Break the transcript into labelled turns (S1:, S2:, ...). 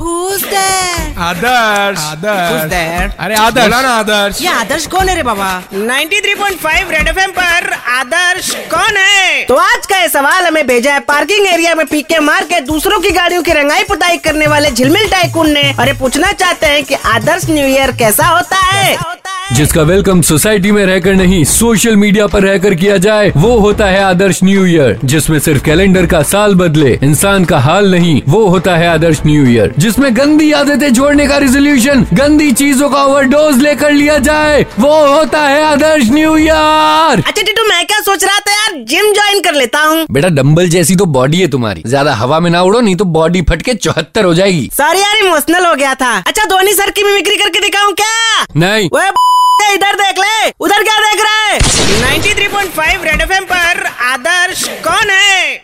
S1: who's there?
S2: Adarsh
S3: Who's
S2: Adarsh
S3: there?
S2: अरे आदर्श बोला ना आदर्श
S1: ये आदर्श कौन है रे बाबा
S3: 93.5 रेड एफएम पर आदर्श कौन है
S1: तो आज का ये सवाल हमें भेजा है पार्किंग एरिया में पीके मार के दूसरों की गाड़ियों की रंगाई पुताई करने वाले झिलमिल टाइकून ने और ये पूछना चाहते हैं कि आदर्श न्यू ईयर कैसा होता है
S4: जिसका वेलकम सोसाइटी में रहकर नहीं सोशल मीडिया पर रहकर किया जाए वो होता है आदर्श न्यू ईयर जिसमें सिर्फ कैलेंडर का साल बदले इंसान का हाल नहीं वो होता है आदर्श न्यू ईयर जिसमें गंदी आदतें छोड़ने का रेजोल्यूशन गंदी चीजों का ओवरडोज लेकर लिया जाए वो होता है आदर्श न्यू ईयर
S1: अच्छा टीटू मैं क्या सोच रहा था यार जिम ज्वाइन कर लेता हूँ
S4: बेटा डंबल जैसी तो बॉडी है तुम्हारी ज्यादा हवा में ना उड़ो नहीं तो बॉडी फट के चौहत्तर हो जाएगी
S1: सॉरी यार इमोशनल हो गया था अच्छा धोनी सर की मिमिक्री करके दिखाऊं क्या
S4: नहीं
S1: वे इधर देख ले उधर क्या देख रहा है
S3: 93.5 रेड एफएम पर आदर्श कौन है